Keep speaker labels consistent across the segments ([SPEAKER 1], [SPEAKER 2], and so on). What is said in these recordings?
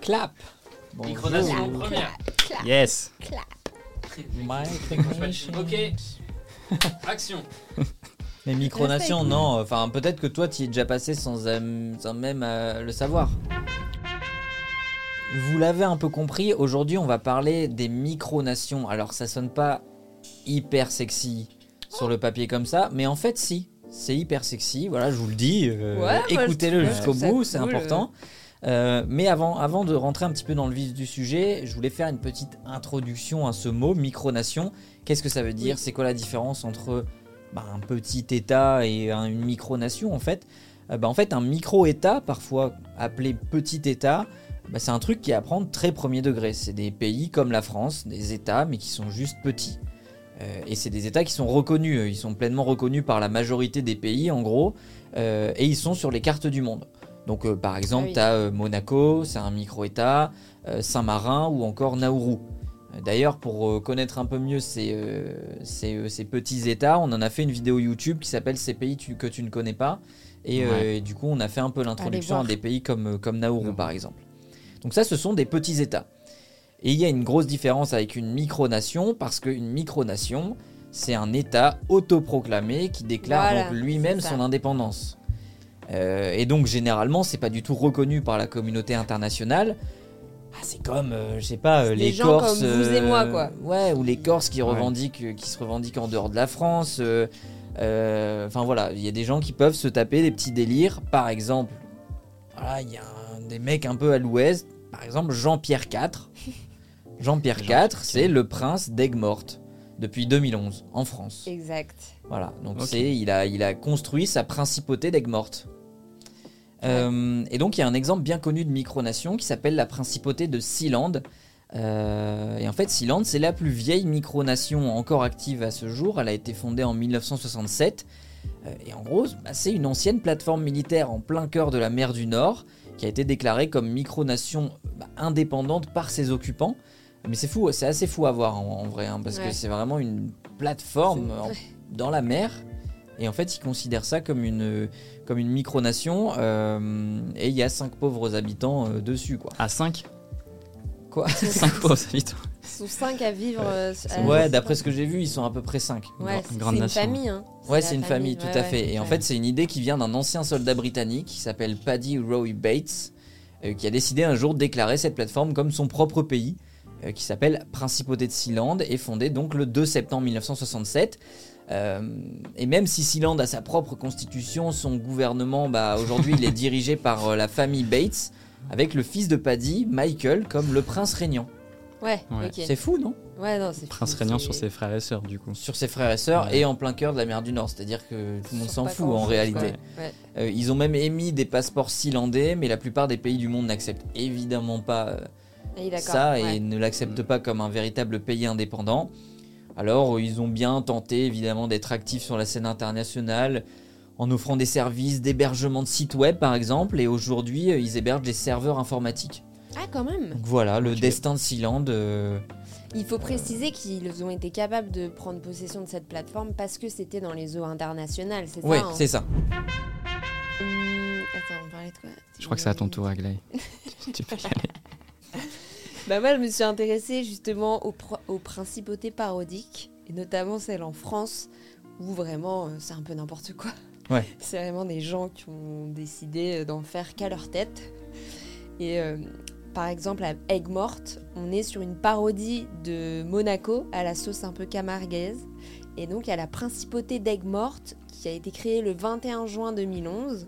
[SPEAKER 1] Clap.
[SPEAKER 2] Micronation
[SPEAKER 1] Bonjour.
[SPEAKER 2] première.
[SPEAKER 3] Yes.
[SPEAKER 1] Micronation.
[SPEAKER 2] Ok. Action.
[SPEAKER 1] Mais micronation, non. Enfin, peut-être que toi, tu y es déjà passé sans, euh, sans même euh, le savoir. Vous l'avez un peu compris, aujourd'hui, on va parler des micronations. Alors, ça sonne pas hyper sexy sur le papier comme ça, mais en fait, si. C'est hyper sexy, voilà, je vous le dis. euh,
[SPEAKER 4] Ouais, moi, je
[SPEAKER 1] Écoutez-le
[SPEAKER 4] trouve
[SPEAKER 1] jusqu'au
[SPEAKER 4] ça
[SPEAKER 1] bout, c'est
[SPEAKER 4] cool,
[SPEAKER 1] important. Euh, mais avant, avant de rentrer un petit peu dans le vif du sujet, je voulais faire une petite introduction à ce mot, micronation. Qu'est-ce que ça veut dire C'est quoi la différence entre bah, un petit État et un- une micronation en fait Euh, bah, En fait, un micro-État, parfois appelé petit État, bah, c'est un truc qui est à prendre très premier degré. C'est des pays comme la France, des États, mais qui sont juste petits. Euh, et c'est des États qui sont reconnus. Ils sont pleinement reconnus par la majorité des pays, en gros, euh, et ils sont sur les cartes du monde. Donc, euh, par exemple,
[SPEAKER 4] oui.
[SPEAKER 1] tu as Monaco, c'est un micro-État, euh, Saint-Marin ou encore Nauru. Euh, D'ailleurs, pour euh, connaître un peu mieux ces, euh, ces, euh, ces petits États, on en a fait une vidéo YouTube qui s'appelle Ces pays tu- que tu ne connais pas. Et, euh, et du coup, on a fait un peu l'introduction à
[SPEAKER 4] voir.
[SPEAKER 1] des pays comme, euh, comme Nauru,
[SPEAKER 3] Non.
[SPEAKER 1] par exemple. Donc ça, ce sont des petits États. Et il y a une grosse différence avec une micronation, parce qu'une micronation, c'est un État autoproclamé qui déclare
[SPEAKER 4] Voilà,
[SPEAKER 1] donc lui-même
[SPEAKER 4] c'est ça.
[SPEAKER 1] son indépendance. Euh, et donc généralement, c'est pas du tout reconnu par la communauté internationale. Ah, c'est comme, euh, je sais pas, euh,
[SPEAKER 4] Des
[SPEAKER 1] les
[SPEAKER 4] gens
[SPEAKER 1] Corses. euh,
[SPEAKER 4] comme vous et moi, quoi.
[SPEAKER 1] Ouais, ou les Corses qui revendiquent, euh, qui se revendiquent en dehors de la France. euh, euh, Enfin voilà, il y a des gens qui peuvent se taper des petits délires. Par exemple, voilà, il y a un- des mecs un peu à l'ouest. Par exemple, Jean-Pierre IV. Jean-Pierre IV, c'est le prince d'Aigues-Mortes depuis 2011 en France.
[SPEAKER 4] Exact.
[SPEAKER 1] Voilà, donc
[SPEAKER 3] Ok.
[SPEAKER 1] c'est il a, il a construit sa principauté d'Aigues-Mortes. Euh, et donc il y a un exemple bien connu de micronation qui s'appelle la principauté de Sealand. Euh, et en fait, Sealand, c'est la plus vieille micronation encore active à ce jour. Elle a été fondée en 1967. Euh, et en gros, bah, c'est une ancienne plateforme militaire en plein cœur de la mer du Nord qui a été déclarée comme micronation bah, indépendante par ses occupants. Mais c'est fou, c'est assez fou à voir en, en vrai, hein, parce que
[SPEAKER 4] Ouais.
[SPEAKER 1] c'est vraiment une plateforme
[SPEAKER 4] C'est-
[SPEAKER 1] en- dans la mer. Et en fait, ils considèrent ça comme une, comme une micronation. euh, et il y a cinq pauvres habitants euh, dessus, quoi.
[SPEAKER 3] À 5
[SPEAKER 1] Quoi
[SPEAKER 3] 5 pauvres habitants.
[SPEAKER 4] Ils sont cinq à vivre. euh, sur- à-
[SPEAKER 1] Ouais, d'après ce que j'ai vu, ils sont à peu près cinq.
[SPEAKER 4] Ouais,
[SPEAKER 3] Une
[SPEAKER 4] c'est
[SPEAKER 3] grande
[SPEAKER 4] c'est une
[SPEAKER 3] nation.
[SPEAKER 4] famille. hein.
[SPEAKER 1] Ouais,
[SPEAKER 4] la
[SPEAKER 1] c'est une famille, tout
[SPEAKER 4] ouais,
[SPEAKER 1] à
[SPEAKER 4] ouais,
[SPEAKER 1] fait. Et en
[SPEAKER 4] ouais.
[SPEAKER 1] fait, c'est une idée qui vient d'un ancien soldat britannique qui s'appelle Paddy Roy Bates, euh, qui a décidé un jour de déclarer cette plateforme comme son propre pays, euh, qui s'appelle Principauté de Sealand, et fondée donc le 2 septembre 1967. Euh, et même si Sealand a sa propre constitution, son gouvernement, bah, aujourd'hui, il est dirigé par euh, la famille Bates, avec le fils de Paddy, Michael, comme le prince régnant.
[SPEAKER 4] Ouais,
[SPEAKER 3] Ouais.
[SPEAKER 4] ok.
[SPEAKER 1] C'est fou, non
[SPEAKER 4] Ouais, non, c'est
[SPEAKER 3] Prince
[SPEAKER 4] fou,
[SPEAKER 3] régnant
[SPEAKER 4] c'est-
[SPEAKER 3] sur ses frères et sœurs, du coup.
[SPEAKER 1] Sur ses frères et sœurs,
[SPEAKER 3] Ouais.
[SPEAKER 1] et en plein cœur de la mer du Nord, c'est-à-dire que tout le monde
[SPEAKER 4] Sur
[SPEAKER 1] s'en
[SPEAKER 4] pas
[SPEAKER 1] fout en
[SPEAKER 4] grand-chose,
[SPEAKER 1] réalité.
[SPEAKER 4] quoi. Ouais.
[SPEAKER 1] Euh, ils ont même émis des passeports sealandais, mais la plupart des pays du monde n'acceptent évidemment pas euh,
[SPEAKER 4] Et il a
[SPEAKER 1] ça
[SPEAKER 4] quand-
[SPEAKER 1] et
[SPEAKER 4] ouais.
[SPEAKER 1] ne l'acceptent
[SPEAKER 3] Mm.
[SPEAKER 1] pas comme un véritable pays indépendant. Alors euh, ils ont bien tenté évidemment d'être actifs sur la scène internationale en offrant des services d'hébergement de sites web par exemple, et aujourd'hui euh, ils hébergent des serveurs informatiques.
[SPEAKER 4] Ah, quand même.
[SPEAKER 1] Donc voilà, le
[SPEAKER 3] Ok.
[SPEAKER 1] destin de Sealand. euh,
[SPEAKER 4] Il faut préciser qu'ils ont été capables de prendre possession de cette plateforme parce que c'était dans les eaux internationales, c'est
[SPEAKER 1] Ouais,
[SPEAKER 4] ça hein
[SPEAKER 1] c'est ça.
[SPEAKER 4] Hum, Attends, on parlait de quoi
[SPEAKER 3] Je crois que c'est à ton tour, Aglaé. Tu- tu peux y aller.
[SPEAKER 4] Bah moi, je me suis intéressée justement aux, pro- aux principautés parodiques, et notamment celle en France, où vraiment euh, c'est un peu n'importe quoi.
[SPEAKER 1] Ouais.
[SPEAKER 4] C'est vraiment des gens qui ont décidé euh, d'en faire qu'à leur tête. Et euh, par exemple, à Aigues Mortes, on est sur une parodie de Monaco à la sauce un peu camargaise. Et donc, il y a la principauté d'Aigues Mortes qui a été créée le 21 juin 2011.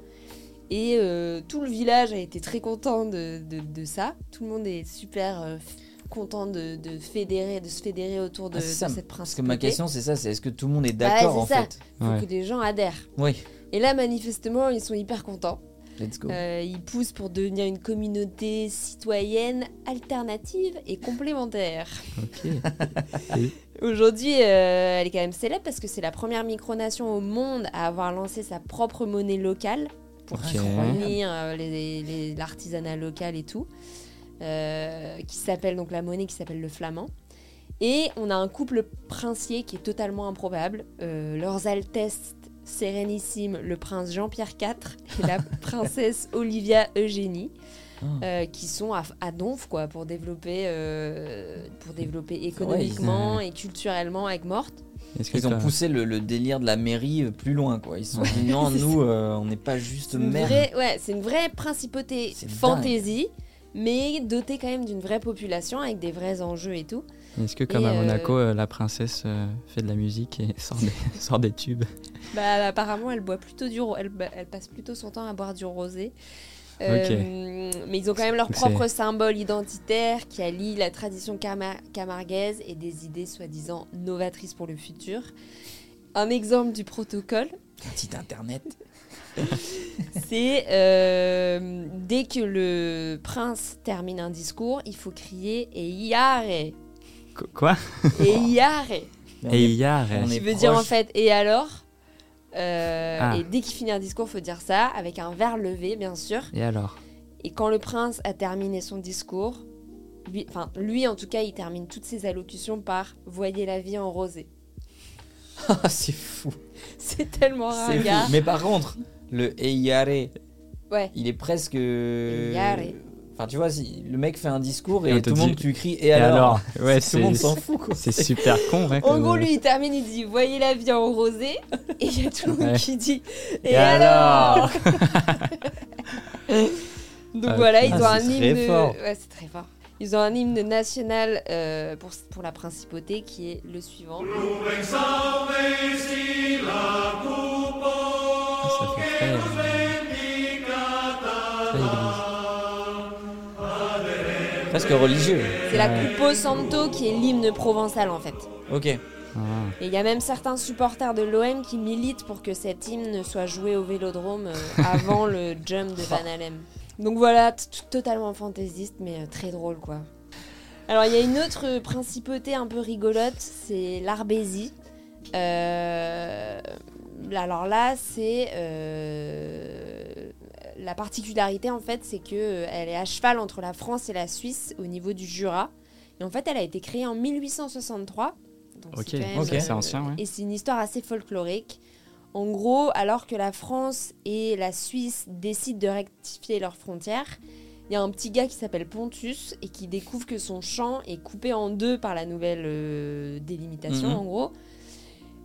[SPEAKER 4] Et euh, tout le village a été très content de, de- de ça. Tout le monde est super euh, f- content de, de fédérer, de se fédérer autour de,
[SPEAKER 1] Ah, c'est ça,
[SPEAKER 4] de cette
[SPEAKER 1] Parce
[SPEAKER 4] principauté.
[SPEAKER 1] que ma question c'est ça, c'est est-ce que tout le monde est
[SPEAKER 4] Bah ouais,
[SPEAKER 1] d'accord
[SPEAKER 4] c'est
[SPEAKER 1] en
[SPEAKER 4] ça.
[SPEAKER 1] fait
[SPEAKER 4] Il faut
[SPEAKER 3] Ouais.
[SPEAKER 4] que les gens adhèrent.
[SPEAKER 1] Oui,
[SPEAKER 4] Et là, manifestement, ils sont hyper contents.
[SPEAKER 1] let's go.
[SPEAKER 4] Euh, ils poussent pour devenir une communauté citoyenne alternative et complémentaire.
[SPEAKER 3] Ok.
[SPEAKER 4] Aujourd'hui, euh, elle est quand même célèbre parce que c'est la première micronation au monde à avoir lancé sa propre monnaie locale
[SPEAKER 3] Ok.
[SPEAKER 4] unir euh, les- les- l'artisanat local et tout, euh, qui s'appelle donc la monnaie qui s'appelle le flamand. Et on a un couple princier qui est totalement improbable. Euh, leurs Altesses Sérénissimes, le prince Jean-Pierre IV et la princesse Olivia Eugénie, euh, qui sont à, à donf quoi, pour, développer, euh, pour développer économiquement et culturellement Aigues-Mortes.
[SPEAKER 3] Est-ce que
[SPEAKER 1] Ils ont
[SPEAKER 3] t'as-
[SPEAKER 1] poussé le, le délire de la mairie euh, plus loin, quoi. Ils se sont dit non, nous, euh, on n'est pas juste
[SPEAKER 4] C'est une,
[SPEAKER 1] maire.
[SPEAKER 4] vraie- ouais, c'est une vraie principauté
[SPEAKER 1] C'est
[SPEAKER 4] fantaisie, mais dotée quand même d'une vraie population avec des vrais enjeux et tout.
[SPEAKER 3] Est-ce que comme
[SPEAKER 4] Et,
[SPEAKER 3] à
[SPEAKER 4] euh,
[SPEAKER 3] Monaco, euh, la princesse euh, fait de la musique et sort des, sort des tubes
[SPEAKER 4] Bah, apparemment, elle boit plutôt du ro- elle, ba- elle passe plutôt son temps à boire du rosé. Euh, Mais ils ont quand même leur
[SPEAKER 3] Donc
[SPEAKER 4] propre symbole identitaire qui allie la tradition cama- camarguaise et des idées soi-disant novatrices pour le futur. Un exemple du protocole,
[SPEAKER 1] Un petit internet.
[SPEAKER 4] c'est euh, dès que le prince termine un discours, il faut crier et yare
[SPEAKER 3] Qu- Quoi
[SPEAKER 4] et yare.
[SPEAKER 1] Mais on
[SPEAKER 3] Et
[SPEAKER 1] est-
[SPEAKER 3] hier,
[SPEAKER 1] on
[SPEAKER 3] euh,
[SPEAKER 1] est
[SPEAKER 4] Qui veut dire en
[SPEAKER 1] proche.
[SPEAKER 4] fait et alors Euh,
[SPEAKER 3] Ah.
[SPEAKER 4] Et dès qu'il finit un discours, faut dire ça avec un verre levé, bien sûr.
[SPEAKER 3] et alors
[SPEAKER 4] Et quand le prince a terminé son discours, lui, enfin lui en tout cas, il termine toutes ses allocutions par "Voyez la vie en rosé".
[SPEAKER 1] Ah, c'est fou.
[SPEAKER 4] C'est tellement
[SPEAKER 1] C'est fou.
[SPEAKER 4] ringard.
[SPEAKER 1] Mais par contre, le Eyare,
[SPEAKER 4] Ouais.
[SPEAKER 1] il est presque.
[SPEAKER 4] Eyare.
[SPEAKER 1] Enfin, tu vois, si le mec fait un discours
[SPEAKER 3] Et
[SPEAKER 1] et,
[SPEAKER 3] on te
[SPEAKER 1] tout le monde,
[SPEAKER 3] dit-
[SPEAKER 1] tu cries
[SPEAKER 3] Et
[SPEAKER 1] et alors,
[SPEAKER 3] Ouais,
[SPEAKER 1] Tout le monde
[SPEAKER 3] c'est
[SPEAKER 1] s'en fout, quoi.
[SPEAKER 3] c'est super con, hein, ouais.
[SPEAKER 4] En
[SPEAKER 3] comme-
[SPEAKER 4] gros, lui, il termine, il dit "Voyez la vie en rosé" et il y a tout le monde
[SPEAKER 3] Ouais.
[SPEAKER 4] qui dit "Et,
[SPEAKER 3] Et
[SPEAKER 4] alors,
[SPEAKER 1] Ah,
[SPEAKER 3] alors
[SPEAKER 4] Donc
[SPEAKER 3] Ah,
[SPEAKER 4] voilà,
[SPEAKER 3] ok.
[SPEAKER 4] ils
[SPEAKER 1] Ah,
[SPEAKER 4] ont un
[SPEAKER 1] c'est
[SPEAKER 4] hymne.
[SPEAKER 1] très fort.
[SPEAKER 4] Ouais, c'est très fort. Ils ont un hymne national euh, pour, pour la principauté qui est le suivant.
[SPEAKER 3] Ah, ça fait très, euh, très église.
[SPEAKER 1] presque religieux.
[SPEAKER 4] C'est la Coupo Santo qui est l'hymne provençal en fait.
[SPEAKER 1] Ok.
[SPEAKER 3] Ah.
[SPEAKER 4] Et il y a même certains supporters de l'OM qui militent pour que cet hymne soit joué au vélodrome euh, avant le jump de Van Halen. Donc voilà, t- t- totalement fantaisiste, mais euh, très drôle quoi. Alors il y a une autre principauté un peu rigolote, c'est l'Arbésie. Euh, alors là, c'est euh, la particularité en fait, c'est que euh, elle est à cheval entre la France et la Suisse au niveau du Jura. Et en fait, elle a été créée en 1863. Donc,
[SPEAKER 3] Ah, Ok,
[SPEAKER 4] c'est quand même, euh,
[SPEAKER 1] ok,
[SPEAKER 3] c'est ancien,
[SPEAKER 1] Hein?
[SPEAKER 3] ouais.
[SPEAKER 4] Et c'est une histoire assez folklorique. En gros, alors que la France et la Suisse décident de rectifier leurs frontières, il y a un petit gars qui s'appelle Pontus et qui découvre que son champ est coupé en deux par la nouvelle euh, délimitation,
[SPEAKER 1] Mhm.
[SPEAKER 4] en gros.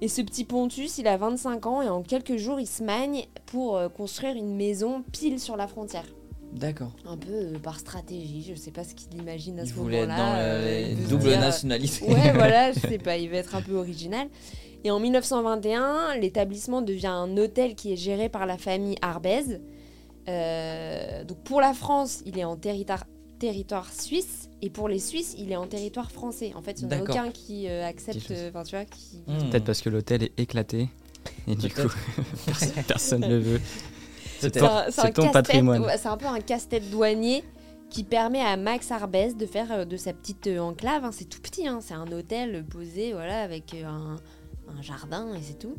[SPEAKER 4] Et ce petit Pontus, il a 25 ans et en quelques jours, il se magne pour euh, construire une maison pile sur la frontière.
[SPEAKER 1] D'accord.
[SPEAKER 4] Un peu euh, par stratégie, je sais pas ce qu'il imagine à
[SPEAKER 1] Il
[SPEAKER 4] ce
[SPEAKER 1] voulait être
[SPEAKER 4] moment-là.
[SPEAKER 1] dans
[SPEAKER 4] euh,
[SPEAKER 1] la
[SPEAKER 4] il veut se
[SPEAKER 1] double
[SPEAKER 4] dire,
[SPEAKER 1] nationalité.
[SPEAKER 4] Ouais, voilà, je sais pas, il va être un peu original. Et en 1921, l'établissement devient un hôtel qui est géré par la famille Arbez. Euh, donc pour la France, il est en territoire territoire suisse et pour les Suisses, il est en territoire français. En fait, il n'y en a
[SPEAKER 1] D'accord.
[SPEAKER 4] aucun qui euh, accepte,
[SPEAKER 3] Quelque chose.
[SPEAKER 4] euh, enfin tu vois, qui...
[SPEAKER 1] Hmm.
[SPEAKER 3] Peut-être parce que l'hôtel est éclaté. Et du coup,
[SPEAKER 1] Peut-être.
[SPEAKER 3] personne- personne ne le veut. C'est
[SPEAKER 1] Peut-être.
[SPEAKER 3] ton,
[SPEAKER 4] un-
[SPEAKER 3] c'est
[SPEAKER 4] un
[SPEAKER 3] ton
[SPEAKER 4] casse-tête,
[SPEAKER 3] patrimoine.
[SPEAKER 4] ouais, C'est un peu un casse-tête douanier qui permet à Max Arbès de faire euh, de sa petite euh, enclave. hein, c'est tout petit, hein, c'est un hôtel posé voilà, avec euh, un, un jardin et c'est tout.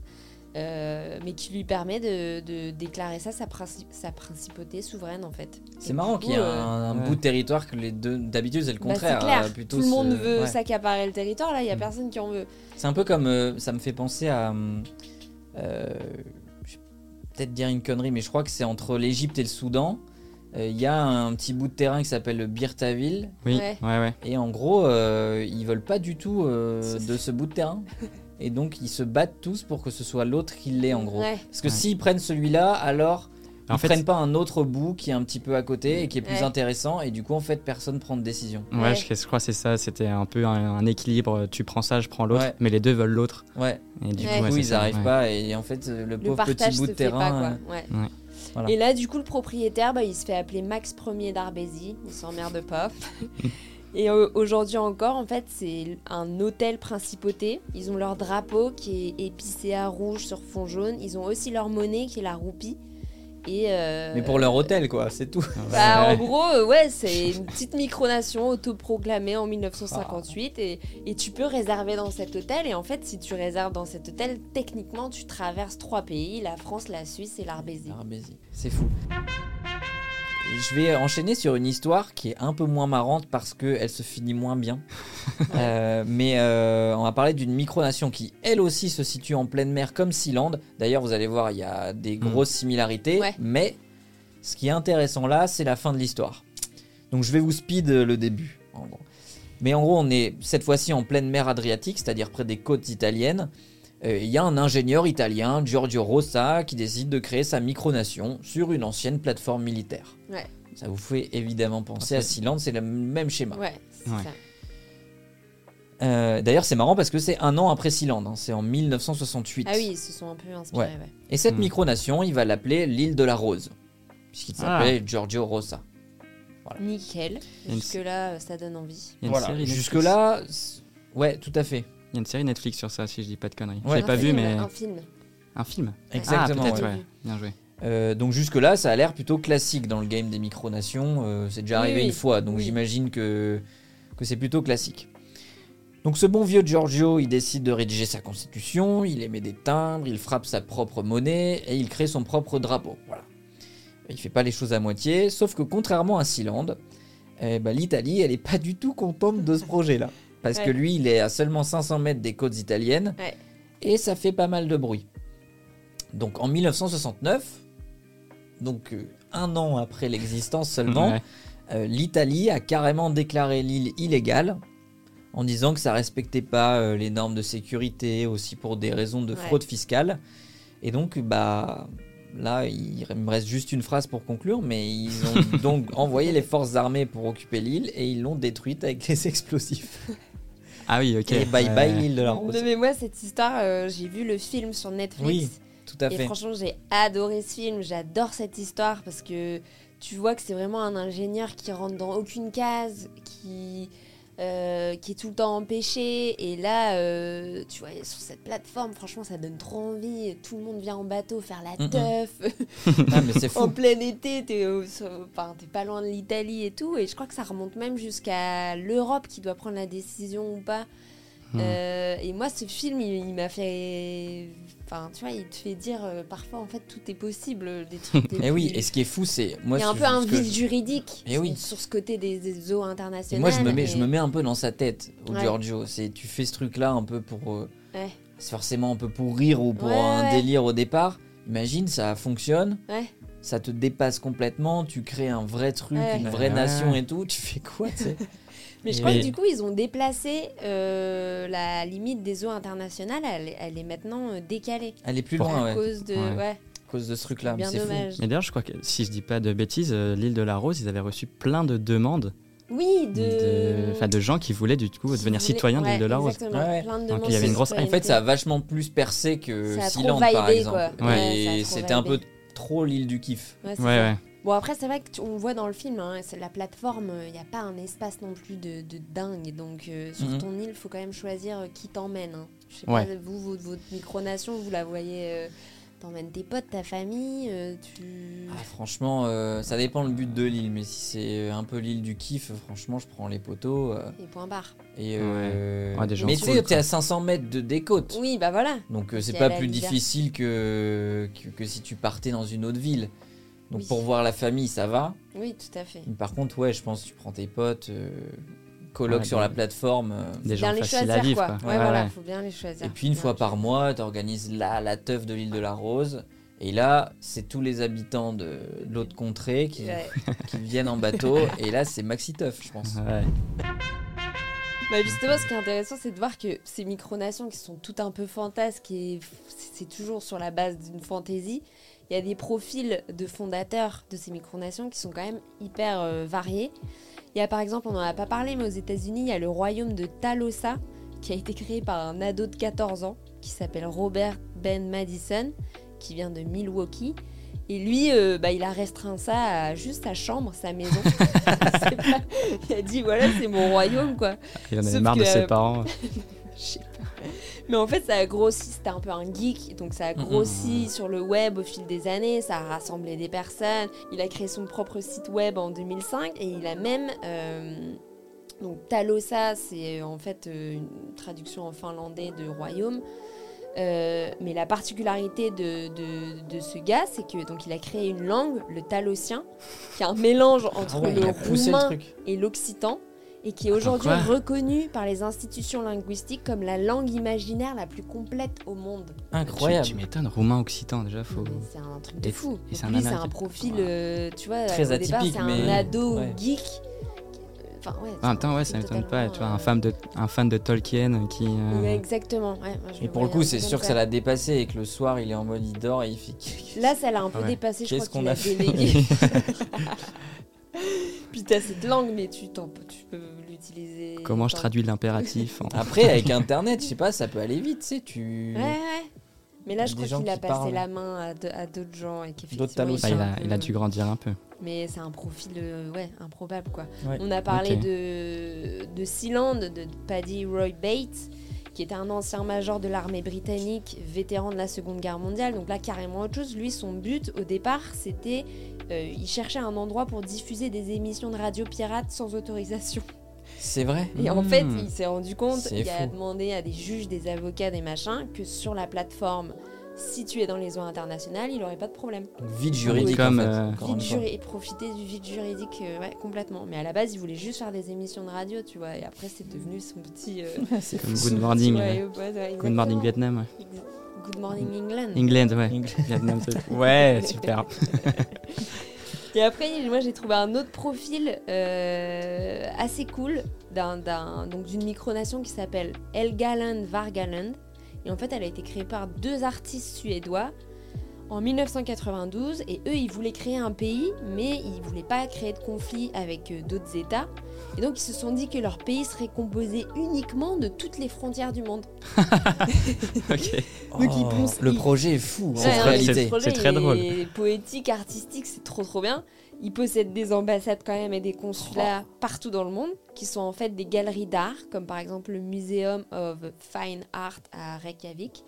[SPEAKER 4] Euh, mais qui lui permet de, de déclarer ça sa, princi- sa principauté souveraine en fait. Et
[SPEAKER 1] C'est marrant
[SPEAKER 4] du
[SPEAKER 1] qu'il y
[SPEAKER 4] coup,
[SPEAKER 1] ait un,
[SPEAKER 4] euh,
[SPEAKER 1] un
[SPEAKER 3] ouais.
[SPEAKER 1] bout de territoire que les deux. D'habitude, c'est le
[SPEAKER 4] bah, c'est
[SPEAKER 1] contraire.
[SPEAKER 4] clair,
[SPEAKER 1] euh, plutôt
[SPEAKER 4] tout le
[SPEAKER 1] ce-
[SPEAKER 4] monde veut
[SPEAKER 1] ouais.
[SPEAKER 4] s'accaparer le territoire, là il n'y a
[SPEAKER 1] Mm.
[SPEAKER 4] personne qui en veut.
[SPEAKER 1] C'est un peu comme. euh, ça me fait penser à. hum, euh, je vais peut-être dire une connerie, mais je crois que c'est entre l'Égypte et le Soudan. Euh, Il y a un petit bout de terrain qui s'appelle le Birtaville.
[SPEAKER 3] Oui,
[SPEAKER 4] Ouais.
[SPEAKER 3] ouais, ouais.
[SPEAKER 1] Et en gros, euh, ils veulent pas du tout euh, de ce bout de terrain. Et donc, ils se battent tous pour que ce soit l'autre qui l'ait, en gros.
[SPEAKER 4] Ouais.
[SPEAKER 1] Parce que
[SPEAKER 3] Ouais.
[SPEAKER 1] s'ils prennent celui-là, alors ils
[SPEAKER 3] En fait,
[SPEAKER 1] prennent pas un autre bout qui est un petit peu à côté et qui est plus
[SPEAKER 4] Ouais.
[SPEAKER 1] intéressant. Et du coup, en fait, personne prend de décision.
[SPEAKER 3] ouais,
[SPEAKER 4] Ouais.
[SPEAKER 3] Je, je crois que c'est ça. C'était un peu un, un équilibre. Tu prends ça, je prends l'autre.
[SPEAKER 1] Ouais.
[SPEAKER 3] Mais les deux veulent l'autre.
[SPEAKER 1] Ouais.
[SPEAKER 3] Et du
[SPEAKER 4] Ouais.
[SPEAKER 3] coup,
[SPEAKER 1] Du
[SPEAKER 3] ouais,
[SPEAKER 1] coup,
[SPEAKER 3] c'est
[SPEAKER 1] ils
[SPEAKER 3] ça,
[SPEAKER 1] arrivent
[SPEAKER 3] ouais.
[SPEAKER 1] pas. Et en fait, euh, le
[SPEAKER 4] Le
[SPEAKER 1] pauvre
[SPEAKER 4] partage
[SPEAKER 1] petit
[SPEAKER 4] se
[SPEAKER 1] bout de
[SPEAKER 4] fait
[SPEAKER 1] terrain. euh,
[SPEAKER 4] pas quoi. Ouais.
[SPEAKER 3] Ouais.
[SPEAKER 1] Voilà.
[SPEAKER 4] Et là, du coup, le propriétaire, bah, il se fait appeler Max Ier d'Arbésie. Il s'emmerde pas. Et euh, aujourd'hui encore, en fait, c'est un hôtel principauté. Ils ont leur drapeau qui est épicé à rouge sur fond jaune. Ils ont aussi leur monnaie qui est la roupie. Et euh,
[SPEAKER 1] euh, Mais pour leur hôtel, quoi, c'est tout.
[SPEAKER 4] bah, en gros, euh, ouais, c'est une petite micronation autoproclamée en 1958 et, et tu peux réserver dans cet hôtel. Et en fait, si tu réserves dans cet hôtel, techniquement, tu traverses trois pays la France, la Suisse et l'Arbésie.
[SPEAKER 1] Arabésie. C'est fou. Je vais enchaîner sur une histoire qui est un peu moins marrante parce qu'elle se finit moins bien. Euh, mais euh, on va parler d'une micronation qui, elle aussi, se situe en pleine mer comme Sealand. D'ailleurs, vous allez voir, il y
[SPEAKER 3] Mm.
[SPEAKER 1] a des grosses similarités.
[SPEAKER 4] Ouais.
[SPEAKER 1] Mais ce qui est intéressant là, c'est la fin de l'histoire. Donc je vais vous speed euh, le début. en gros. Mais en gros, on est cette fois-ci en pleine mer Adriatique, c'est-à-dire près des côtes italiennes. Euh, Il y a un ingénieur italien, Giorgio Rossa, qui décide de créer sa micronation sur une ancienne plateforme militaire.
[SPEAKER 4] Ouais.
[SPEAKER 1] Ça vous fait évidemment penser à
[SPEAKER 3] Parfait.
[SPEAKER 1] Sealand, c'est le même schéma.
[SPEAKER 4] Ah. Ouais, c'est
[SPEAKER 3] Ouais.
[SPEAKER 4] ça.
[SPEAKER 1] Euh, D'ailleurs, c'est marrant parce que c'est un an après Sealand, hein, c'est en 1968.
[SPEAKER 4] Ah oui, ils se sont un peu inspirés. Ouais.
[SPEAKER 1] Et cette
[SPEAKER 3] Hmm.
[SPEAKER 1] micronation, il va l'appeler l'île de la Rose, puisqu'il
[SPEAKER 3] Ah.
[SPEAKER 1] s'appelait Giorgio Rossa.
[SPEAKER 4] Nickel.
[SPEAKER 3] Et une-
[SPEAKER 4] Jusque-là, euh, ça donne envie.
[SPEAKER 3] Il y a une
[SPEAKER 1] Voilà.
[SPEAKER 3] série Netflix-
[SPEAKER 1] Jusque-là, c'est- ouais, tout à fait.
[SPEAKER 3] Il y a une série Netflix sur ça, si je dis pas de conneries.
[SPEAKER 1] Ouais.
[SPEAKER 3] Je l'ai pas
[SPEAKER 4] Un
[SPEAKER 3] vu,
[SPEAKER 4] film,
[SPEAKER 3] mais.
[SPEAKER 4] Un film.
[SPEAKER 3] Un film
[SPEAKER 1] Exactement.
[SPEAKER 3] Ah, peut-être,
[SPEAKER 1] ouais.
[SPEAKER 3] ouais. Bien joué.
[SPEAKER 1] Euh, donc jusque-là, ça a l'air plutôt classique dans le game des micronations. Euh, c'est déjà
[SPEAKER 4] Oui,
[SPEAKER 1] arrivé
[SPEAKER 4] oui.
[SPEAKER 1] une fois, donc
[SPEAKER 4] Oui.
[SPEAKER 1] j'imagine que, que c'est plutôt classique. Donc ce bon vieux Giorgio, il décide de rédiger sa constitution, il émet des timbres, il frappe sa propre monnaie et il crée son propre drapeau. Voilà. Il fait pas les choses à moitié, sauf que contrairement à Sealand, eh ben, l'Italie, elle est pas du tout contente de ce projet-là. Parce que
[SPEAKER 4] Ouais.
[SPEAKER 1] lui, il est à seulement 500 mètres des côtes italiennes
[SPEAKER 4] Ouais.
[SPEAKER 1] et ça fait pas mal de bruit. Donc en 1969, donc euh, un an après l'existence seulement,
[SPEAKER 3] Ouais.
[SPEAKER 1] euh, l'Italie a carrément déclaré l'île illégale en disant que ça respectait pas euh, les normes de sécurité, aussi pour des raisons de
[SPEAKER 4] Ouais.
[SPEAKER 1] fraude fiscale. Et donc, bah. Là, il il me reste juste une phrase pour conclure, mais ils ont donc envoyé les forces armées pour occuper l'île et ils l'ont détruite avec des explosifs.
[SPEAKER 3] Ah oui, ok.
[SPEAKER 1] Et bye bye
[SPEAKER 3] Ouais.
[SPEAKER 1] l'île de la
[SPEAKER 4] Non,
[SPEAKER 1] Rose.
[SPEAKER 4] mais moi, cette histoire, euh, j'ai vu le film sur Netflix.
[SPEAKER 1] Oui, Tout à
[SPEAKER 4] Et
[SPEAKER 1] fait.
[SPEAKER 4] franchement, j'ai adoré ce film, j'adore cette histoire parce que tu vois que c'est vraiment un ingénieur qui rentre dans aucune case, qui, euh, qui est tout le temps empêché. Et là, euh, tu vois, sur cette plateforme, franchement, ça donne trop envie. Tout le monde vient en bateau faire la
[SPEAKER 1] Mm, mm.
[SPEAKER 4] teuf.
[SPEAKER 1] Ah, mais c'est
[SPEAKER 4] en
[SPEAKER 1] fou.
[SPEAKER 4] plein été, t'es au- sur- enfin, t'es pas loin de l'Italie et tout. Et je crois que ça remonte même jusqu'à l'Europe qui doit prendre la décision ou pas.
[SPEAKER 3] Hmm.
[SPEAKER 4] Euh, et moi, ce film, il, il m'a fait. Enfin, tu vois, il te fait dire euh, parfois, en fait, tout est possible. euh, Des trucs les
[SPEAKER 1] Et Eh oui,
[SPEAKER 4] plus-
[SPEAKER 1] et ce qui est fou, c'est. moi,
[SPEAKER 4] il y a un
[SPEAKER 1] ce-
[SPEAKER 4] peu un
[SPEAKER 1] ce que
[SPEAKER 4] vide
[SPEAKER 1] je-
[SPEAKER 4] juridique
[SPEAKER 1] Eh oui.
[SPEAKER 4] sur ce côté des, des eaux internationales.
[SPEAKER 1] Et moi, je me, mets, je
[SPEAKER 4] et-
[SPEAKER 1] me mets un peu dans sa tête, au
[SPEAKER 4] Ouais.
[SPEAKER 1] Giorgio. C'est, tu fais ce truc-là un peu pour. euh,
[SPEAKER 4] Ouais.
[SPEAKER 1] C'est forcément un peu pour rire ou pour
[SPEAKER 4] Ouais,
[SPEAKER 1] un
[SPEAKER 4] ouais.
[SPEAKER 1] délire au départ. Imagine, ça fonctionne.
[SPEAKER 4] Ouais.
[SPEAKER 1] Ça te dépasse complètement. Tu crées un vrai truc,
[SPEAKER 4] Ouais.
[SPEAKER 1] une vraie
[SPEAKER 3] Ouais.
[SPEAKER 1] nation et tout. Tu fais quoi, tu sais
[SPEAKER 4] Mais je
[SPEAKER 1] Et-
[SPEAKER 4] crois que du coup, ils ont déplacé euh, la limite des eaux internationales. Elle, est- elle est maintenant euh, décalée
[SPEAKER 1] Aller plus loin,
[SPEAKER 4] à
[SPEAKER 1] ouais,
[SPEAKER 4] cause de.
[SPEAKER 3] Ouais.
[SPEAKER 4] Ouais,
[SPEAKER 1] à cause de ce truc-là. mais
[SPEAKER 4] bien
[SPEAKER 1] c'est fou.
[SPEAKER 4] dommage.
[SPEAKER 3] Mais d'ailleurs, je crois que si je dis pas de bêtises, euh, l'île de la Rose, ils avaient reçu plein de demandes
[SPEAKER 4] Oui,
[SPEAKER 3] de,
[SPEAKER 4] de.
[SPEAKER 3] enfin, de gens qui voulaient du coup devenir citoyens de l'île de la Rose.
[SPEAKER 1] Ouais, ouais.
[SPEAKER 3] Donc, il y avait une grosse hype.
[SPEAKER 1] En fait, ça a vachement plus percé que
[SPEAKER 4] Ça a trop
[SPEAKER 1] Sealand, par
[SPEAKER 4] vibé,
[SPEAKER 1] exemple.
[SPEAKER 4] quoi. Ouais, ça a
[SPEAKER 1] Et
[SPEAKER 4] trop
[SPEAKER 1] c'était un peu
[SPEAKER 4] vibé.
[SPEAKER 1] trop l'île du kiff.
[SPEAKER 4] Ouais, c'est
[SPEAKER 3] Ouais,
[SPEAKER 4] ça.
[SPEAKER 3] ouais.
[SPEAKER 4] Bon, après, c'est vrai qu'on voit dans le film, hein, c'est la plateforme, il n'y a pas un espace non plus de, de dingue. Donc, euh, sur
[SPEAKER 1] Mhm.
[SPEAKER 4] ton île, faut quand même choisir euh, qui t'emmène. hein. Je sais
[SPEAKER 3] Ouais.
[SPEAKER 4] pas, vous, votre, votre micronation, vous la voyez. euh, T'emmènes tes potes, ta famille, euh, tu.
[SPEAKER 1] Ah, franchement, euh, ça dépend le but de l'île, mais si c'est euh, un peu l'île du kiff, franchement, je prends les poteaux. euh,
[SPEAKER 4] Et point barre.
[SPEAKER 1] et, euh,
[SPEAKER 3] Ouais, des gens
[SPEAKER 1] mais tu sais,
[SPEAKER 3] cool,
[SPEAKER 1] t'es
[SPEAKER 3] quoi.
[SPEAKER 1] à 500 mètres de, des côtes.
[SPEAKER 4] Oui, bah voilà.
[SPEAKER 1] Donc euh, c'est
[SPEAKER 4] Puis à
[SPEAKER 1] pas
[SPEAKER 4] la
[SPEAKER 1] plus
[SPEAKER 4] liberté.
[SPEAKER 1] difficile que, que, que si tu partais dans une autre ville. Donc
[SPEAKER 4] Oui.
[SPEAKER 1] pour voir la famille, ça va.
[SPEAKER 4] Oui, tout à fait.
[SPEAKER 1] Mais par contre, ouais, je pense que tu prends tes potes, euh, colloques
[SPEAKER 3] Ouais,
[SPEAKER 1] sur
[SPEAKER 3] des-
[SPEAKER 1] la plateforme. euh,
[SPEAKER 3] Des gens
[SPEAKER 4] bien les
[SPEAKER 3] faciles
[SPEAKER 4] choisir,
[SPEAKER 3] à vivre.
[SPEAKER 4] quoi. Ouais,
[SPEAKER 3] quoi. Ouais,
[SPEAKER 4] voilà,
[SPEAKER 3] ouais.
[SPEAKER 4] faut bien les choisir.
[SPEAKER 1] et puis une
[SPEAKER 4] Bien
[SPEAKER 1] fois
[SPEAKER 4] les
[SPEAKER 1] par
[SPEAKER 4] choisir.
[SPEAKER 1] mois, t'organises la, la teuf de l'île de la Rose. Et là, c'est tous les habitants de, de l'autre contrée
[SPEAKER 3] euh,
[SPEAKER 1] qui,
[SPEAKER 4] Ouais.
[SPEAKER 1] qui viennent en bateau. Et là, c'est Maxi Teuf, je pense.
[SPEAKER 3] Ouais.
[SPEAKER 4] Bah justement, ce qui est intéressant, c'est de voir que ces micronations qui sont toutes un peu fantasques et f- c'est toujours sur la base d'une fantaisie, il y a des profils de fondateurs de ces micronations qui sont quand même hyper euh, variés. Il y a par exemple, on n'en a pas parlé, mais aux États-Unis, il y a le royaume de Talosa qui a été créé par un ado de 14 ans qui s'appelle Robert Ben Madison, qui vient de Milwaukee. Et lui, euh, bah, il a restreint ça à juste sa chambre, sa maison. C'est pas- il a dit voilà, c'est mon royaume quoi.
[SPEAKER 3] Il en
[SPEAKER 4] Sauf
[SPEAKER 3] avait marre de
[SPEAKER 4] que, euh,
[SPEAKER 3] ses parents.
[SPEAKER 4] Je sais pas. Mais en fait, ça a grossi. C'était un peu un geek, donc ça a grossi sur le web au fil des années. Ça a rassemblé des personnes. Il a créé son propre site web en 2005 et il a même. euh, donc Talosa, c'est en fait euh, une traduction en finlandais de royaume. Euh, mais la particularité de, de- de ce gars, c'est que donc il a créé une langue, le talosien, qui est un mélange entre
[SPEAKER 1] Ah ouais,
[SPEAKER 4] le
[SPEAKER 1] il a poussé le
[SPEAKER 4] roumain
[SPEAKER 1] truc.
[SPEAKER 4] et l'occitan, et qui est aujourd'hui
[SPEAKER 3] quoi
[SPEAKER 4] reconnue par les institutions linguistiques comme la langue imaginaire la plus complète au monde.
[SPEAKER 1] Incroyable.
[SPEAKER 3] Tu, tu m'étonnes, roumain occitan déjà, faut.
[SPEAKER 4] Mais C'est un truc de
[SPEAKER 3] Et-
[SPEAKER 4] fou.
[SPEAKER 3] et c'est
[SPEAKER 4] Donc
[SPEAKER 3] un
[SPEAKER 4] lui, c'est un
[SPEAKER 3] Américain.
[SPEAKER 4] profil,
[SPEAKER 3] Voilà.
[SPEAKER 4] euh, tu vois,
[SPEAKER 1] Très
[SPEAKER 4] au départ,
[SPEAKER 1] atypique,
[SPEAKER 4] c'est un
[SPEAKER 1] mais-
[SPEAKER 4] ado
[SPEAKER 1] ouais. Ah,
[SPEAKER 4] geek Enfin, ouais,
[SPEAKER 3] En même temps, Ah, ouais, ça m'étonne pas. Tu vois, un fan de, un fan de Tolkien qui. euh,
[SPEAKER 4] Ouais, Exactement. ouais, moi, je
[SPEAKER 1] Et
[SPEAKER 4] le
[SPEAKER 1] pour le
[SPEAKER 4] voyais
[SPEAKER 1] coup,
[SPEAKER 4] un
[SPEAKER 1] c'est
[SPEAKER 4] peu
[SPEAKER 1] sûr
[SPEAKER 4] comme
[SPEAKER 1] que
[SPEAKER 4] ça.
[SPEAKER 1] ça l'a dépassé et que le soir, il est en mode il dort et il fait.
[SPEAKER 4] Là, ça l'a un peu
[SPEAKER 3] Ah ouais.
[SPEAKER 4] dépassé, je
[SPEAKER 1] Qu'est-ce qu'on
[SPEAKER 4] crois qu'il
[SPEAKER 1] a
[SPEAKER 4] a
[SPEAKER 1] fait
[SPEAKER 4] délégué. Puis t'as cette langue, mais tu, t'en- tu peux l'utiliser.
[SPEAKER 3] Comment je
[SPEAKER 4] enfin,
[SPEAKER 3] traduis l'impératif
[SPEAKER 4] Ah,
[SPEAKER 3] en...
[SPEAKER 1] Après, avec Internet, je sais pas, ça peut aller vite, tu sais. Tu...
[SPEAKER 4] Ouais, ouais. Mais là, je
[SPEAKER 1] Des
[SPEAKER 4] crois
[SPEAKER 1] gens
[SPEAKER 4] qu'il a
[SPEAKER 1] qui
[SPEAKER 4] passé
[SPEAKER 1] parlent.
[SPEAKER 4] la main à de- à d'autres gens et qu'effectivement,
[SPEAKER 1] D'autres talos.
[SPEAKER 4] il
[SPEAKER 3] Enfin, il,
[SPEAKER 4] s'est un
[SPEAKER 3] a, Ah, il a
[SPEAKER 4] peu-
[SPEAKER 3] dû grandir un peu.
[SPEAKER 4] Mais c'est un profil, euh, ouais, improbable, quoi.
[SPEAKER 1] Ouais.
[SPEAKER 4] On a parlé
[SPEAKER 3] Ok.
[SPEAKER 4] de, de Sealand, de Paddy Roy Bates, qui était un ancien major de l'armée britannique, vétéran de la Seconde Guerre mondiale. Donc là, carrément autre chose. Lui, son but, au départ, c'était... euh, il cherchait un endroit pour diffuser des émissions de radio pirates sans autorisation.
[SPEAKER 1] C'est vrai.
[SPEAKER 4] Et en
[SPEAKER 3] Hmm.
[SPEAKER 4] fait, il s'est rendu compte,
[SPEAKER 1] C'est
[SPEAKER 4] il a
[SPEAKER 1] fou.
[SPEAKER 4] demandé à des juges, des avocats, des machins, que sur la plateforme située dans les eaux internationales, il n'aurait pas de problème.
[SPEAKER 1] Donc, vide juridique.
[SPEAKER 3] Comme,
[SPEAKER 1] en fait,
[SPEAKER 3] euh,
[SPEAKER 1] encore
[SPEAKER 4] Vide
[SPEAKER 1] une fois.
[SPEAKER 4] juri- et profiter du vide juridique euh, ouais, complètement. Mais à la base, il voulait juste faire des émissions de radio, tu vois. Et après, c'est devenu son petit. euh,
[SPEAKER 1] Ah,
[SPEAKER 3] Comme
[SPEAKER 4] son
[SPEAKER 3] Good
[SPEAKER 4] petit
[SPEAKER 3] Morning, euh,
[SPEAKER 4] noyau, ouais, ouais,
[SPEAKER 3] Good Morning
[SPEAKER 4] exactement.
[SPEAKER 3] Vietnam. ouais.
[SPEAKER 4] Ex- Good Morning England.
[SPEAKER 3] England, ouais.
[SPEAKER 1] English.
[SPEAKER 3] Vietnam, c'est- ouais, super.
[SPEAKER 4] Et après, moi, j'ai trouvé un autre profil euh, assez cool d'un- d'un- donc d'une micronation qui s'appelle Helgaland Vargaland. Et en fait, elle a été créée par deux artistes suédois en 1992. Et eux, ils voulaient créer un pays, mais ils voulaient pas créer de conflit avec euh, d'autres États. Et donc, ils se sont dit que leur pays serait composé uniquement de toutes les frontières du monde.
[SPEAKER 3] ok.
[SPEAKER 4] Donc, il pense-
[SPEAKER 1] Oh, le
[SPEAKER 4] il-
[SPEAKER 1] projet est fou hein,
[SPEAKER 4] Ouais,
[SPEAKER 1] en
[SPEAKER 4] ouais,
[SPEAKER 1] réalité.
[SPEAKER 4] le projet,
[SPEAKER 3] c'est très
[SPEAKER 4] il
[SPEAKER 3] drôle.
[SPEAKER 4] est Poétique, artistique, c'est trop trop bien. Il possède des ambassades quand même et des consulats partout dans le monde qui sont en fait des galeries d'art, comme par exemple le Museum of Fine Art à Reykjavik.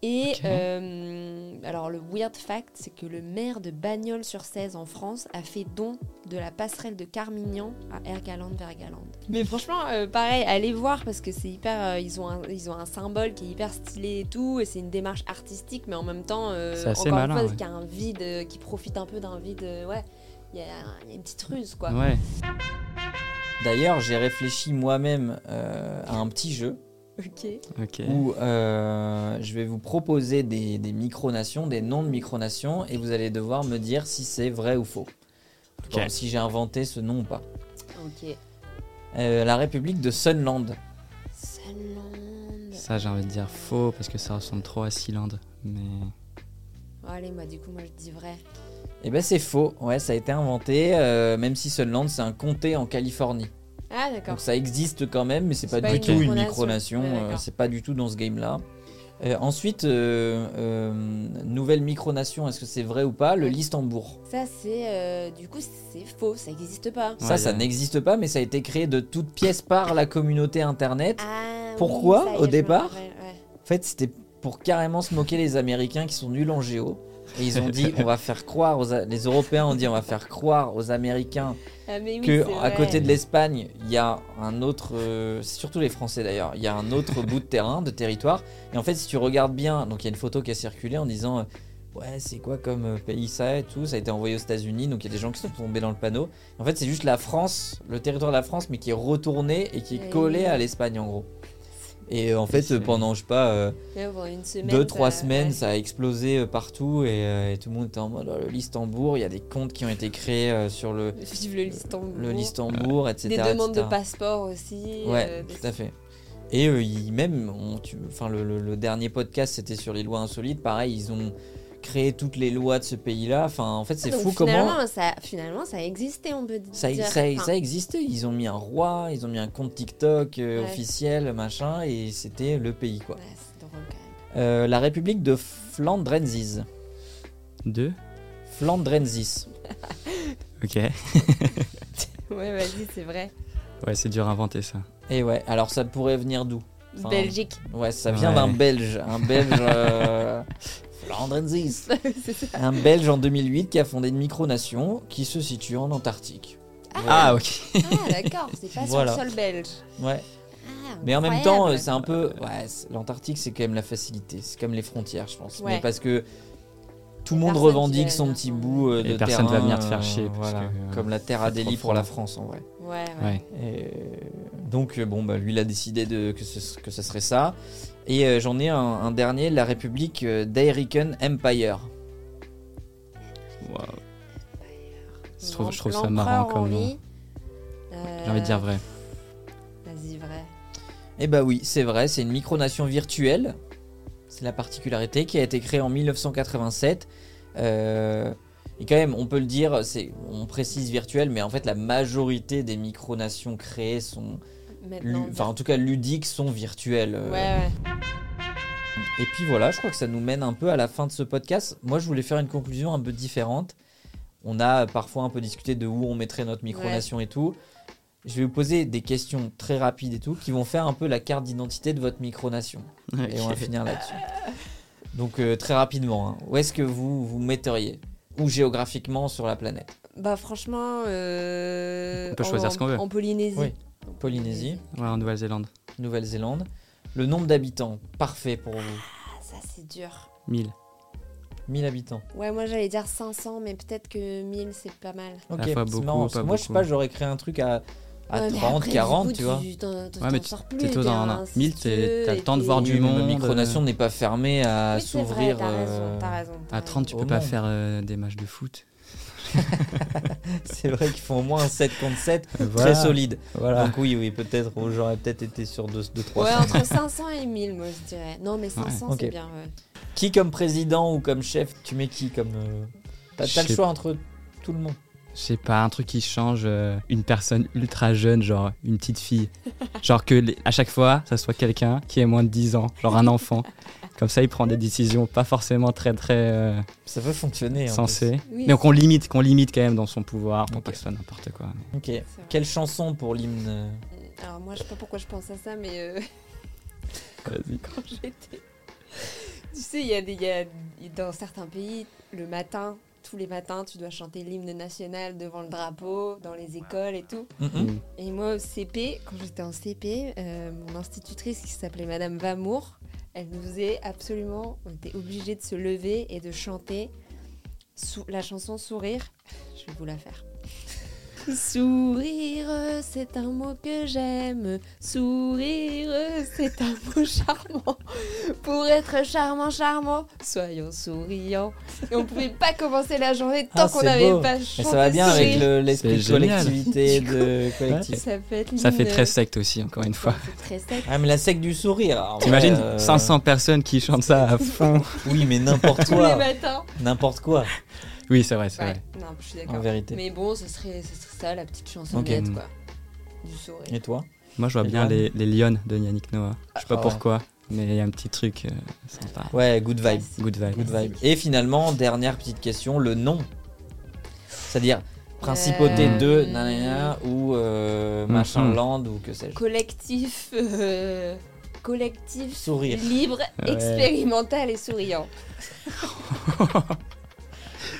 [SPEAKER 4] Et
[SPEAKER 3] Ok.
[SPEAKER 4] euh, alors le weird fact, c'est que le maire de Bagnols-sur-Cèze en France a fait don de la passerelle de Carmignan à Ergaland Vergaland. Mais franchement, euh, pareil, allez voir parce que c'est hyper. euh, ils, ont un, ils ont un symbole qui est hyper stylé et tout, et c'est une démarche artistique, mais en même temps, euh,
[SPEAKER 3] C'est assez
[SPEAKER 4] encore
[SPEAKER 3] malin,
[SPEAKER 4] une fois,
[SPEAKER 3] ouais.
[SPEAKER 4] qui a un vide, euh, qui profite un peu d'un vide. euh, ouais, il y, a il y a une petite ruse quoi.
[SPEAKER 3] Ouais.
[SPEAKER 1] D'ailleurs, j'ai réfléchi moi-même euh, à un petit jeu
[SPEAKER 4] Ok.
[SPEAKER 3] Ok.
[SPEAKER 1] où euh, je vais vous proposer des, des micronations, des noms de micronations, et vous allez devoir me dire si c'est vrai ou faux.
[SPEAKER 3] Ok.
[SPEAKER 1] Bon, si j'ai inventé ce nom ou pas.
[SPEAKER 4] Ok.
[SPEAKER 1] Euh, la République de Sunland.
[SPEAKER 4] Sunland.
[SPEAKER 3] Ça, j'ai envie de dire faux parce que ça ressemble trop à Sealand. Mais.
[SPEAKER 4] Oh, allez, moi, du coup, moi, je dis vrai.
[SPEAKER 1] Eh ben c'est faux, ouais ça a été inventé, euh, même si Sunland c'est un comté en Californie.
[SPEAKER 4] Ah, d'accord.
[SPEAKER 1] Donc ça existe quand même, mais c'est
[SPEAKER 4] C'est
[SPEAKER 1] pas, du
[SPEAKER 4] pas une
[SPEAKER 1] tout une
[SPEAKER 4] micronation.
[SPEAKER 1] micronation,
[SPEAKER 4] Ouais,
[SPEAKER 1] euh,
[SPEAKER 4] d'accord.
[SPEAKER 1] c'est pas du tout dans ce game là. ensuite, euh, euh, nouvelle micronation, est-ce que c'est vrai ou pas Le
[SPEAKER 4] Ouais.
[SPEAKER 1] Listembourg.
[SPEAKER 4] Ça, c'est. euh, du coup, c'est faux, ça n'existe pas.
[SPEAKER 1] Ça,
[SPEAKER 3] Ouais,
[SPEAKER 1] ça
[SPEAKER 3] y a-
[SPEAKER 1] n'existe pas, mais ça a été créé de toutes pièces par la communauté internet.
[SPEAKER 4] Ah, oui,
[SPEAKER 1] Pourquoi,
[SPEAKER 4] ça y est,
[SPEAKER 1] au
[SPEAKER 4] je me
[SPEAKER 1] départ
[SPEAKER 4] rappelle, ouais.
[SPEAKER 1] En fait, c'était pour carrément se moquer les Américains qui sont nuls en géo. Et ils ont dit, on va faire croire aux. A- Les Européens ont dit, on va faire croire aux Américains
[SPEAKER 4] Ah, mais oui,
[SPEAKER 1] que
[SPEAKER 4] c'est
[SPEAKER 1] à
[SPEAKER 4] vrai.
[SPEAKER 1] côté de l'Espagne, il y a un autre, euh, c'est surtout les Français d'ailleurs, il y a un autre bout de terrain, de territoire. Et en fait, si tu regardes bien, donc il y a une photo qui a circulé en disant, euh, ouais, c'est quoi comme euh, pays ça et tout, ça a été envoyé aux États-Unis, donc il y a des gens qui sont tombés dans le panneau. En fait, c'est juste la France, le territoire de la France, mais qui est retourné et qui
[SPEAKER 4] Eh
[SPEAKER 1] est collé
[SPEAKER 4] oui.
[SPEAKER 1] à l'Espagne en gros. Et euh, en fait,
[SPEAKER 3] C'est-
[SPEAKER 1] euh, pendant je sais pas. euh,
[SPEAKER 4] Ouais, pendant une semaine.
[SPEAKER 1] deux trois
[SPEAKER 4] ça-
[SPEAKER 1] semaines
[SPEAKER 4] ouais.
[SPEAKER 1] ça a explosé euh, partout et, euh, et tout le monde était en mode oh, le listembourg il y a des comptes qui ont été créés euh, sur le
[SPEAKER 4] Vive le listembourg.
[SPEAKER 1] le listembourg etc
[SPEAKER 4] Des demandes
[SPEAKER 1] etc..
[SPEAKER 4] de passeport aussi.
[SPEAKER 1] ouais
[SPEAKER 4] euh, des-
[SPEAKER 1] tout à fait et euh, ils- même on- tu- enfin le, le- le dernier podcast c'était sur les lois insolites pareil ils ont créé toutes les lois de ce pays là enfin en fait c'est
[SPEAKER 4] Ah, Donc,
[SPEAKER 1] fou
[SPEAKER 4] finalement,
[SPEAKER 1] comment
[SPEAKER 4] Ça, finalement, ça a existé, on peut
[SPEAKER 1] ça,
[SPEAKER 4] dire.
[SPEAKER 1] ça,
[SPEAKER 4] Enfin,
[SPEAKER 1] ça existait, ils ont mis un roi, ils ont mis un compte TikTok euh,
[SPEAKER 4] Ouais.
[SPEAKER 1] officiel, machin, et c'était le pays quoi.
[SPEAKER 4] ouais, c'est drôle quand même.
[SPEAKER 1] Euh, la République de Flandrensis.
[SPEAKER 3] Deux.
[SPEAKER 1] Flandrensis.
[SPEAKER 3] Ok.
[SPEAKER 4] Ouais, vas-y, c'est vrai.
[SPEAKER 3] Ouais, c'est dur à inventer ça.
[SPEAKER 1] Et ouais, alors ça pourrait venir d'où Enfin,
[SPEAKER 4] Belgique.
[SPEAKER 1] Ouais, ça vient
[SPEAKER 3] Ouais.
[SPEAKER 1] d'un Belge, un Belge. euh, Flandrensis.
[SPEAKER 4] C'est ça.
[SPEAKER 1] Un Belge en 2008 qui a fondé une micronation qui se situe en Antarctique.
[SPEAKER 3] Ah, ok.
[SPEAKER 4] Ah, d'accord, c'est pas
[SPEAKER 1] Voilà.
[SPEAKER 4] sur le sol belge.
[SPEAKER 1] Ouais.
[SPEAKER 4] Ah,
[SPEAKER 1] Mais en même temps, euh,
[SPEAKER 4] incroyable.
[SPEAKER 1] c'est un peu. Ouais, c'est- l'Antarctique, c'est quand même la facilité. C'est comme les frontières, je pense.
[SPEAKER 4] Ouais.
[SPEAKER 1] Mais parce que tout
[SPEAKER 4] Et
[SPEAKER 1] le monde
[SPEAKER 4] personne qui
[SPEAKER 1] revendique
[SPEAKER 4] va
[SPEAKER 1] son
[SPEAKER 4] venir
[SPEAKER 1] petit
[SPEAKER 4] s'en-
[SPEAKER 1] bout euh,
[SPEAKER 3] Et
[SPEAKER 1] de
[SPEAKER 3] personne va
[SPEAKER 1] terrain,
[SPEAKER 3] venir te faire
[SPEAKER 1] euh,
[SPEAKER 3] chier, parce
[SPEAKER 1] voilà.
[SPEAKER 3] que, euh,
[SPEAKER 1] Comme la terre
[SPEAKER 3] c'est
[SPEAKER 1] à
[SPEAKER 3] trop
[SPEAKER 1] Delhi pour
[SPEAKER 3] fort.
[SPEAKER 1] la France, en vrai.
[SPEAKER 4] Ouais, ouais.
[SPEAKER 3] Ouais.
[SPEAKER 1] Et donc euh, bon bah lui il a décidé de, que, ce, que ce serait ça. Et euh, j'en ai un, un dernier, la République euh, d'Aerican Empire.
[SPEAKER 3] Wow. Je trouve- je trouve ça
[SPEAKER 4] L'empereur
[SPEAKER 3] marrant comme
[SPEAKER 4] Henri,
[SPEAKER 3] J'ai envie de dire vrai.
[SPEAKER 4] euh, Vas-y, vrai.
[SPEAKER 1] Eh bah oui, c'est vrai, c'est une micronation virtuelle. C'est la particularité qui a été créée en 1987. Euh, et quand même, on peut le dire, c'est, on précise virtuel, mais en fait, la majorité des micronations créées sont, lu-
[SPEAKER 4] Maintenant.
[SPEAKER 1] enfin en tout cas ludiques, sont virtuelles.
[SPEAKER 4] Ouais,
[SPEAKER 1] Euh,
[SPEAKER 4] ouais.
[SPEAKER 1] Et puis voilà, je crois que ça nous mène un peu à la fin de ce podcast. Moi, je voulais faire une conclusion un peu différente. On a parfois un peu discuté de où on mettrait notre micronation et tout. Je vais vous poser des questions très rapides et tout qui vont faire un peu la carte d'identité de votre micronation. Euh, Et on va
[SPEAKER 3] Ok.
[SPEAKER 1] finir là-dessus. Donc euh, très rapidement, hein, où est-ce que vous vous metteriez Ou géographiquement sur la planète
[SPEAKER 4] Bah, franchement. euh,
[SPEAKER 3] On peut
[SPEAKER 4] en-
[SPEAKER 3] choisir ce qu'on veut.
[SPEAKER 4] En Polynésie.
[SPEAKER 1] Oui. Polynésie,
[SPEAKER 3] Ouais, en Nouvelle-Zélande.
[SPEAKER 1] Nouvelle-Zélande. Le nombre d'habitants, parfait pour vous.
[SPEAKER 4] Ah, ça, c'est dur.
[SPEAKER 3] 1000.
[SPEAKER 1] 1000 habitants.
[SPEAKER 4] Ouais, moi, j'allais dire 500, mais peut-être que 1000, c'est pas mal.
[SPEAKER 1] Ok,
[SPEAKER 3] la
[SPEAKER 1] c'est
[SPEAKER 3] fois beaucoup,
[SPEAKER 1] marrant. parce
[SPEAKER 3] Ah, pas
[SPEAKER 1] que moi, je sais
[SPEAKER 3] beaucoup.
[SPEAKER 1] pas, j'aurais créé un truc à, à
[SPEAKER 4] Ouais, mais
[SPEAKER 1] 30,
[SPEAKER 4] après, du
[SPEAKER 1] 40,
[SPEAKER 4] coup,
[SPEAKER 1] tu vois.
[SPEAKER 4] t'en- t'en-
[SPEAKER 3] Ouais, mais
[SPEAKER 4] t'en
[SPEAKER 3] tu-
[SPEAKER 4] sors
[SPEAKER 3] t'es
[SPEAKER 4] plus,
[SPEAKER 3] tôt
[SPEAKER 4] t'es
[SPEAKER 3] dans un
[SPEAKER 4] un
[SPEAKER 3] mille, t'es- t'as le temps de
[SPEAKER 4] et
[SPEAKER 3] voir
[SPEAKER 4] puis-
[SPEAKER 3] du monde. euh.
[SPEAKER 1] La micronation n'est pas fermée à
[SPEAKER 4] Oui, c'est vrai,
[SPEAKER 1] s'ouvrir.
[SPEAKER 4] T'as raison,
[SPEAKER 1] euh,
[SPEAKER 4] t'as raison. t'as
[SPEAKER 3] À 30, tu
[SPEAKER 1] Au
[SPEAKER 3] peux pas
[SPEAKER 1] monde.
[SPEAKER 3] faire euh, des matchs de foot.
[SPEAKER 1] C'est vrai qu'ils font au moins un 7 contre 7
[SPEAKER 3] Voilà.
[SPEAKER 1] très solide.
[SPEAKER 3] Voilà.
[SPEAKER 1] Donc oui, oui, peut-être, oh, j'aurais peut-être été sur 2
[SPEAKER 4] raison.
[SPEAKER 1] 3
[SPEAKER 4] Ouais, entre 500 et 1000, moi je dirais. Non, mais 500,
[SPEAKER 1] ok.
[SPEAKER 4] c'est bien. ouais.
[SPEAKER 1] Qui comme président ou comme chef Tu mets qui comme. euh, T'as
[SPEAKER 3] Je
[SPEAKER 1] t'as le
[SPEAKER 3] sais
[SPEAKER 1] choix entre tout le monde.
[SPEAKER 3] Je sais pas, un truc qui change. euh, une personne ultra jeune, genre une petite fille. genre que les- à chaque fois, ça soit quelqu'un qui ait moins de 10 ans, genre un enfant. Comme ça, il prend des décisions pas forcément très très euh,
[SPEAKER 1] Ça peut fonctionner. en
[SPEAKER 3] sensées.
[SPEAKER 4] Oui,
[SPEAKER 3] Mais qu'on limite, qu'on limite quand même dans son pouvoir pour
[SPEAKER 1] Ok.
[SPEAKER 3] pas que ce soit n'importe quoi. mais-
[SPEAKER 1] plus. Ok.
[SPEAKER 4] c'est vrai.
[SPEAKER 1] Quelle chanson pour l'hymne
[SPEAKER 4] Alors, moi, je sais pas pourquoi je pense à ça, mais euh, quand j'étais. Tu sais, il y a des. il y a- Dans certains pays, le matin, tous les matins, tu dois chanter l'hymne national devant le drapeau, dans les écoles et tout.
[SPEAKER 1] Mhm.
[SPEAKER 3] Mm.
[SPEAKER 4] Et moi, au CP, quand j'étais en CP, euh, mon institutrice qui s'appelait Madame Vamour, elle nous faisait absolument, on était obligés de se lever et de chanter sou- la chanson Sourire. Je vais vous la faire. Sourire, c'est un mot que j'aime. Sourire, c'est un mot charmant. Pour être charmant, charmant, soyons souriants. Et on pouvait pas commencer la journée tant
[SPEAKER 1] Ah,
[SPEAKER 4] qu'on
[SPEAKER 1] c'est
[SPEAKER 4] n'avait
[SPEAKER 1] beau.
[SPEAKER 4] pas
[SPEAKER 1] Mais
[SPEAKER 4] chanté.
[SPEAKER 1] ça va bien avec
[SPEAKER 4] Sourire.
[SPEAKER 1] le- l'esprit
[SPEAKER 3] C'est
[SPEAKER 1] de
[SPEAKER 3] génial.
[SPEAKER 1] collectivité, de collectif.
[SPEAKER 4] Ça peut être
[SPEAKER 3] Ça fait
[SPEAKER 4] l'hymne-
[SPEAKER 3] très secte aussi, encore une fois.
[SPEAKER 4] C'est très sec.
[SPEAKER 1] Ah, mais la sec du sourire. alors,
[SPEAKER 3] T'imagines
[SPEAKER 1] euh,
[SPEAKER 3] 500 personnes qui chantent ça à fond.
[SPEAKER 1] Oui, mais n'importe
[SPEAKER 4] tous les
[SPEAKER 1] quoi.
[SPEAKER 4] matins.
[SPEAKER 1] N'importe quoi,
[SPEAKER 3] Oui, c'est vrai, c'est
[SPEAKER 4] Ouais,
[SPEAKER 3] vrai.
[SPEAKER 4] non, je suis
[SPEAKER 1] en
[SPEAKER 4] d'accord.
[SPEAKER 1] vérité.
[SPEAKER 4] Mais bon, ce serait, ce serait ça la petite chansonnette,
[SPEAKER 3] Ok.
[SPEAKER 4] quoi. Du sourire.
[SPEAKER 1] Et toi
[SPEAKER 3] Moi, je vois
[SPEAKER 1] Et
[SPEAKER 3] bien
[SPEAKER 1] toi
[SPEAKER 3] les, les lions de Yannick Noah. Je sais pas
[SPEAKER 1] Ah ouais.
[SPEAKER 3] pourquoi, mais il y a un petit truc euh, sympa.
[SPEAKER 1] Ouais, good vibe.
[SPEAKER 3] Good vibe.
[SPEAKER 1] Good vibe. Et finalement, dernière petite question, le nom. C'est-à-dire principauté
[SPEAKER 4] Euh,
[SPEAKER 1] de nanana ou euh, machin
[SPEAKER 3] Mhm.
[SPEAKER 1] land ou que sais-je.
[SPEAKER 4] Collectif. euh, collectif.
[SPEAKER 1] Sourire.
[SPEAKER 4] Libre,
[SPEAKER 3] Ouais.
[SPEAKER 4] expérimental et souriant.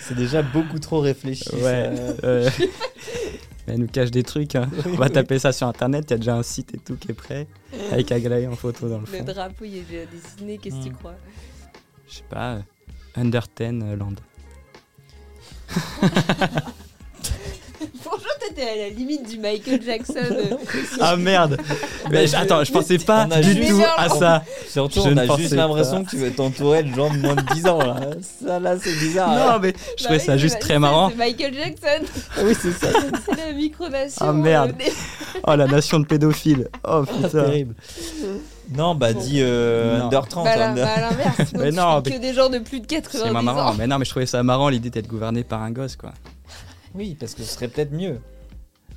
[SPEAKER 1] C'est déjà beaucoup trop réfléchi.
[SPEAKER 3] Ouais. euh, elle nous cache des trucs. hein. On va taper ça sur internet. Il y a déjà un site et tout qui est prêt. Avec Aglaé en photo dans le
[SPEAKER 4] Le
[SPEAKER 3] fond. Mm.
[SPEAKER 4] drapeau, il est déjà dessiné, qu'est-ce que tu
[SPEAKER 1] Hmm.
[SPEAKER 4] crois
[SPEAKER 3] Je sais pas. euh, Under euh, 10 Land.
[SPEAKER 4] Bonjour, t'étais à la limite du Michael Jackson. euh,
[SPEAKER 3] Ah merde Mais j- Attends, je pensais pas
[SPEAKER 1] On a
[SPEAKER 3] du
[SPEAKER 1] juste-
[SPEAKER 3] tout à ça.
[SPEAKER 1] Surtout,
[SPEAKER 3] Je
[SPEAKER 1] on
[SPEAKER 3] ne
[SPEAKER 1] a
[SPEAKER 3] pensais
[SPEAKER 1] juste l'impression que tu veux t'entourer de gens de moins de 10 ans. Là. Ça, là, c'est bizarre.
[SPEAKER 3] Non, mais je
[SPEAKER 4] bah
[SPEAKER 3] trouvais
[SPEAKER 4] oui,
[SPEAKER 3] ça juste
[SPEAKER 4] c'est-
[SPEAKER 3] très
[SPEAKER 4] c'est
[SPEAKER 3] marrant.
[SPEAKER 4] Michael Jackson,
[SPEAKER 1] Oui, c'est ça.
[SPEAKER 4] c'est la micronation.
[SPEAKER 3] Ah, merde.
[SPEAKER 4] euh, des-
[SPEAKER 3] Oh, la nation de pédophiles. Oh
[SPEAKER 1] C'est
[SPEAKER 3] putain.
[SPEAKER 1] terrible. Non, bah,
[SPEAKER 4] Bon.
[SPEAKER 1] dis euh,
[SPEAKER 3] Non.
[SPEAKER 1] under 30.
[SPEAKER 4] Bah, là,
[SPEAKER 1] under-
[SPEAKER 4] bah, à l'inverse,
[SPEAKER 3] Mais
[SPEAKER 4] mais
[SPEAKER 3] non,
[SPEAKER 4] que des gens de plus de 90
[SPEAKER 3] C'est moins marrant.
[SPEAKER 4] ans.
[SPEAKER 3] Mais non, mais je trouvais ça marrant l'idée d'être gouverné par un gosse, quoi.
[SPEAKER 1] Oui, parce que ce serait peut-être mieux.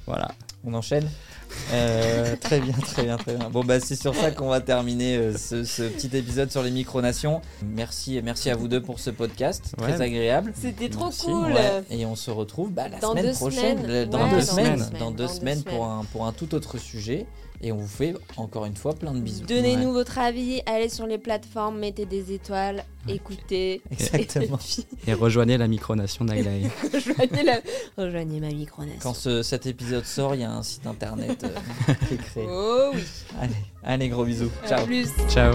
[SPEAKER 3] Voilà.
[SPEAKER 1] On enchaîne Euh, Très bien, très bien, très bien. Bon, bah, c'est sur ça qu'on va terminer euh, ce, ce petit épisode sur les micronations. Merci, merci à vous deux pour ce podcast. Très
[SPEAKER 3] Ouais.
[SPEAKER 1] agréable.
[SPEAKER 4] C'était trop
[SPEAKER 3] Merci,
[SPEAKER 4] cool.
[SPEAKER 1] Ouais, et on se retrouve bah, la
[SPEAKER 4] Dans
[SPEAKER 1] semaine
[SPEAKER 4] deux
[SPEAKER 1] prochaine,
[SPEAKER 4] semaines.
[SPEAKER 1] le- dans,
[SPEAKER 3] Ouais,
[SPEAKER 1] deux
[SPEAKER 3] dans
[SPEAKER 1] semaines,
[SPEAKER 3] deux
[SPEAKER 4] semaines.
[SPEAKER 1] dans deux
[SPEAKER 4] Dans deux
[SPEAKER 1] semaines pour
[SPEAKER 4] semaines.
[SPEAKER 1] un pour un tout autre sujet. Et on vous fait encore une fois plein de bisous.
[SPEAKER 4] Donnez-nous votre avis, allez sur les plateformes, mettez des étoiles, écoutez.
[SPEAKER 1] Exactement.
[SPEAKER 4] Et puis,
[SPEAKER 3] Et rejoignez la micronation d'Aglaé.
[SPEAKER 4] rejoignez, la- rejoignez ma micronation.
[SPEAKER 1] Quand ce- cet épisode sort, il y a un site internet euh, qui est créé.
[SPEAKER 4] Oh oui,
[SPEAKER 1] Allez, allez, gros bisous.
[SPEAKER 4] à
[SPEAKER 1] Ciao.
[SPEAKER 4] Euh, plus.
[SPEAKER 3] Ciao.